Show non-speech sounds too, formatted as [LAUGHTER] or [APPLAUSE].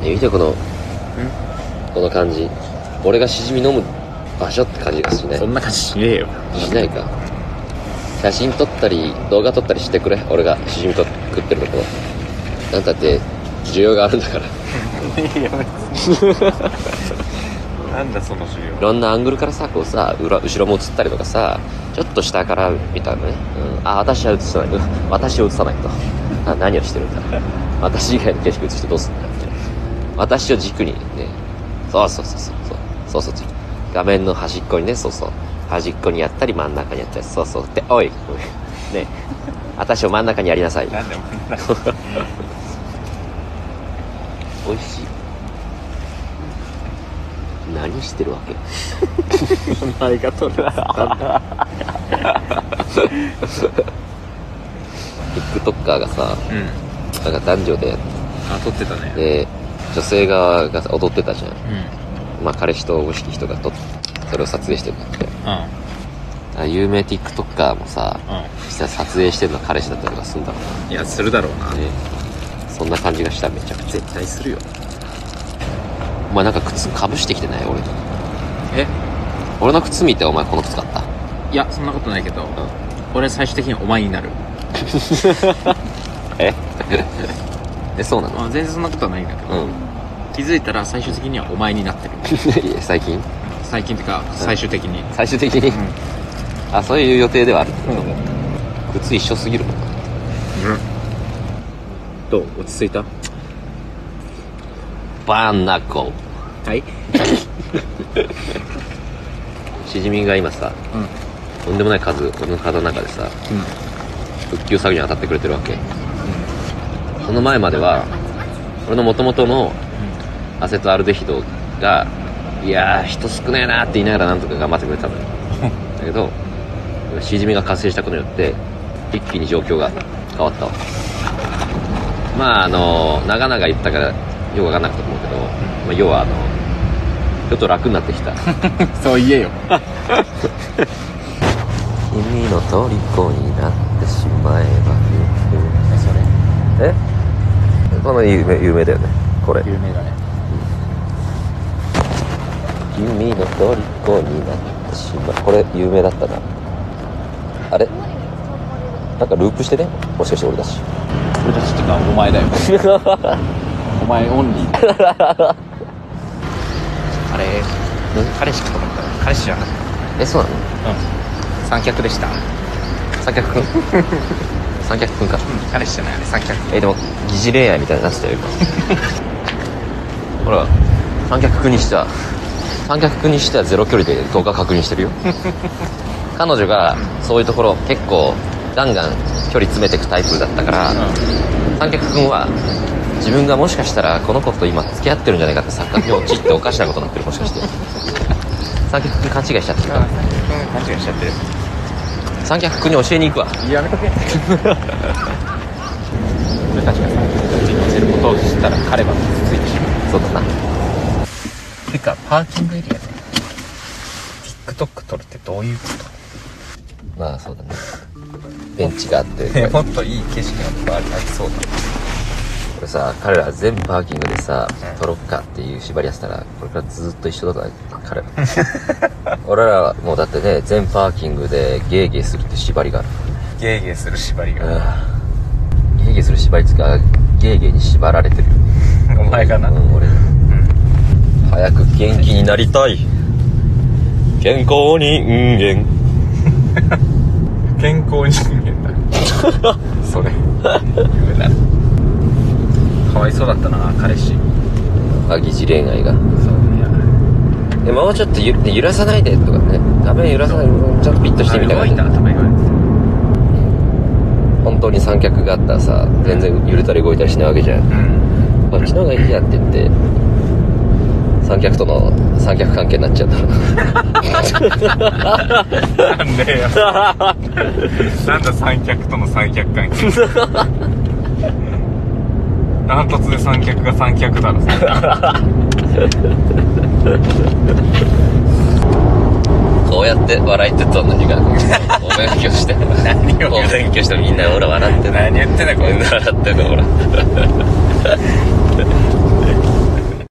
ね見てこのこの感じ俺がしじみ飲む場所って感じがしないそんな感じしねえよしないか写真撮ったり動画撮ったりしてくれ俺がしじみと食ってるところあんたって需要があるんだからいや別に [LAUGHS] なんだその授業いろんなアングルからさこうさ裏後ろも映ったりとかさちょっと下から見たのね、うん、あ私は映さないうん私を映さないとあ何をしてるんだ私以外の景色映してどうすんだって私を軸にねそうそうそうそうそうそうそう画面の端っこにねそうそう端っこにやったり真ん中にやったりそうそうっておい [LAUGHS] おいね私を真ん中にやりなさいなんでもなんだ美味しい何してるわけ名前が取れなかったんだ TikToker がさ [LAUGHS] うんなんか男女であ取ってたねで女性側がさ踊ってたじゃんうんまあ彼氏とおしき人がとそれを撮影してるんだってうんあ有名 TikToker もさ実際撮影してるのは彼氏だったりとかするんだろううんいやするだろうななねそんな感じがしためちゃくちゃ絶対するよお前なんか靴かぶしてきてない俺のえ俺の靴見てお前この靴買ったいやそんなことないけど、俺最終的にお前になるえ [LAUGHS] えそうなのあ全然そんなことはないんだけど、うん [LAUGHS] 気づいたら最終的にはお前になってるいや最近最近ってか最終的に、最終的に、あそういう予定ではあるけど、靴一緒すぎるもんなどう落ち着いたバーンナコはいしじみが今さうんうんとんでもない数俺の体の中でさ復旧作業に当たってくれてるわけその前までは俺の元々のアセトアルデヒドがいやー人少ねえなって言いながらなんとか頑張ってくれたのよだけどしじみが活性したことによって一気に状況が変わったわまああの長々言ったからよくわかんなかったと思うけど、まあ、要はあのちょっと楽になってきた [LAUGHS] そう言えよ君の虜になってしまえばそれえこの有名有名だよねこれ有名だね君の虜になってしまうこれ有名だったなあれなんかループしてねもしかして俺だし俺たちってかお前だ [LAUGHS] よお前オンリー [LAUGHS] あれ彼氏かと思ったら彼氏じゃなかっえそうなのたうん三脚でした、うん、三脚く [LAUGHS] ん三脚くんか彼氏じゃないあれ三脚えでも疑似恋愛みたいになってたよ今 [LAUGHS] ほら三脚くんにしては三脚くんにしてはゼロ距離で動画確認してるよ [LAUGHS] 彼女がそういうところ結構ガンガン距離詰めてくタイプだったから、三脚くんは自分がもしかしたらこの子と今付き合ってるんじゃないかって錯覚に陥っておかしなことになってるもしかして三脚くん勘違いしちゃってるから勘違いしちゃってる三脚くんに教えに行くわやめとけ [LAUGHS] 俺たちが三脚で乗せることを知ったら彼は傷ついてしまそうだなうてかパーキングエリアで TikTok 撮るってどういうこまあそうだねベンチがあってと [LAUGHS] もっといい景色がいっぱいありそうだこれさ彼ら全パーキングでさうんトロッカっていう縛りやってたらこれからずっと一緒だぞ彼ら俺ら [LAUGHS] はもうだってね全パーキングでゲーゲーするって縛りがあるゲーゲーする縛りがうんゲーゲーする縛りつうかゲーゲーに縛られてるよ [LAUGHS] お前がなうん俺うん早く元気になりたい健康人間健康人間 [LAUGHS] だそれ夢だかわいそうだったな彼氏あ疑似恋愛がそうねでもうちょっとゆ揺らさないでとかね画面揺らさないでちょっとピッとしてみたあ感動じいた頭が本当に三脚があったらさ全然揺れたり動いたりしないわけじゃんうんこっちの方がいいやって言って三脚との三脚関係になっちゃったなんでよなんだ三脚との三脚 [LAUGHS] 関係ダントツで三脚が三脚 [LAUGHS] だろそれこうやって笑いってどんなに [LAUGHS] がお勉強して何をお勉強してみんなほら笑ってる何言ってんだこいみんな笑ってるのほら